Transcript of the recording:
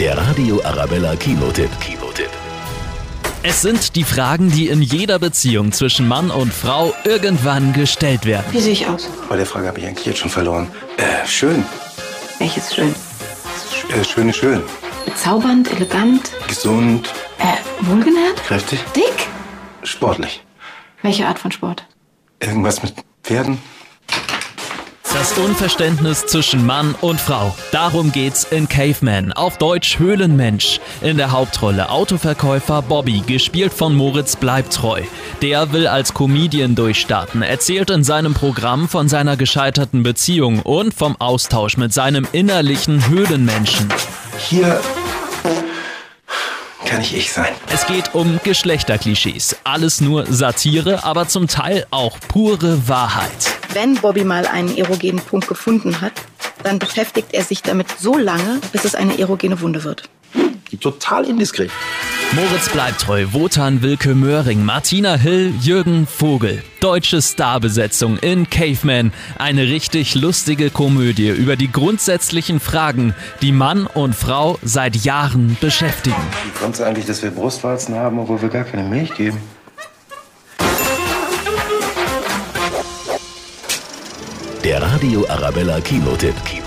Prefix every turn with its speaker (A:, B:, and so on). A: Der Radio Arabella Kinotipp. Kinotipp.
B: Es sind die Fragen, die in jeder Beziehung zwischen Mann und Frau irgendwann gestellt werden.
C: Wie sehe ich aus?
D: Bei der Frage habe ich eigentlich jetzt schon verloren. Äh, schön.
C: Welches schön?
D: Äh, schön ist schön.
C: Bezaubernd, elegant,
D: Gesund,
C: äh, wohlgenährt,
D: kräftig,
C: dick?
D: sportlich.
C: Welche Art von Sport?
D: Irgendwas mit Pferden?
B: Das Unverständnis zwischen Mann und Frau. Darum geht's in Caveman, auf Deutsch Höhlenmensch. In der Hauptrolle Autoverkäufer Bobby, gespielt von Moritz Bleibtreu. Der will als Comedian durchstarten, erzählt in seinem Programm von seiner gescheiterten Beziehung und vom Austausch mit seinem innerlichen Höhlenmenschen.
D: Hier kann ich ich sein.
B: Es geht um Geschlechterklischees. Alles nur Satire, aber zum Teil auch pure Wahrheit.
E: Wenn Bobby mal einen erogenen Punkt gefunden hat, dann beschäftigt er sich damit so lange, bis es eine erogene Wunde wird.
D: Total indiskret.
B: Moritz Bleibtreu, Wotan Wilke Möhring, Martina Hill, Jürgen Vogel. Deutsche Starbesetzung in Caveman. Eine richtig lustige Komödie über die grundsätzlichen Fragen, die Mann und Frau seit Jahren beschäftigen.
D: Wie kommt es eigentlich, dass wir Brustwarzen haben, obwohl wir gar keine Milch geben?
A: Der Radio Arabella Kinotipp. Kinotipp.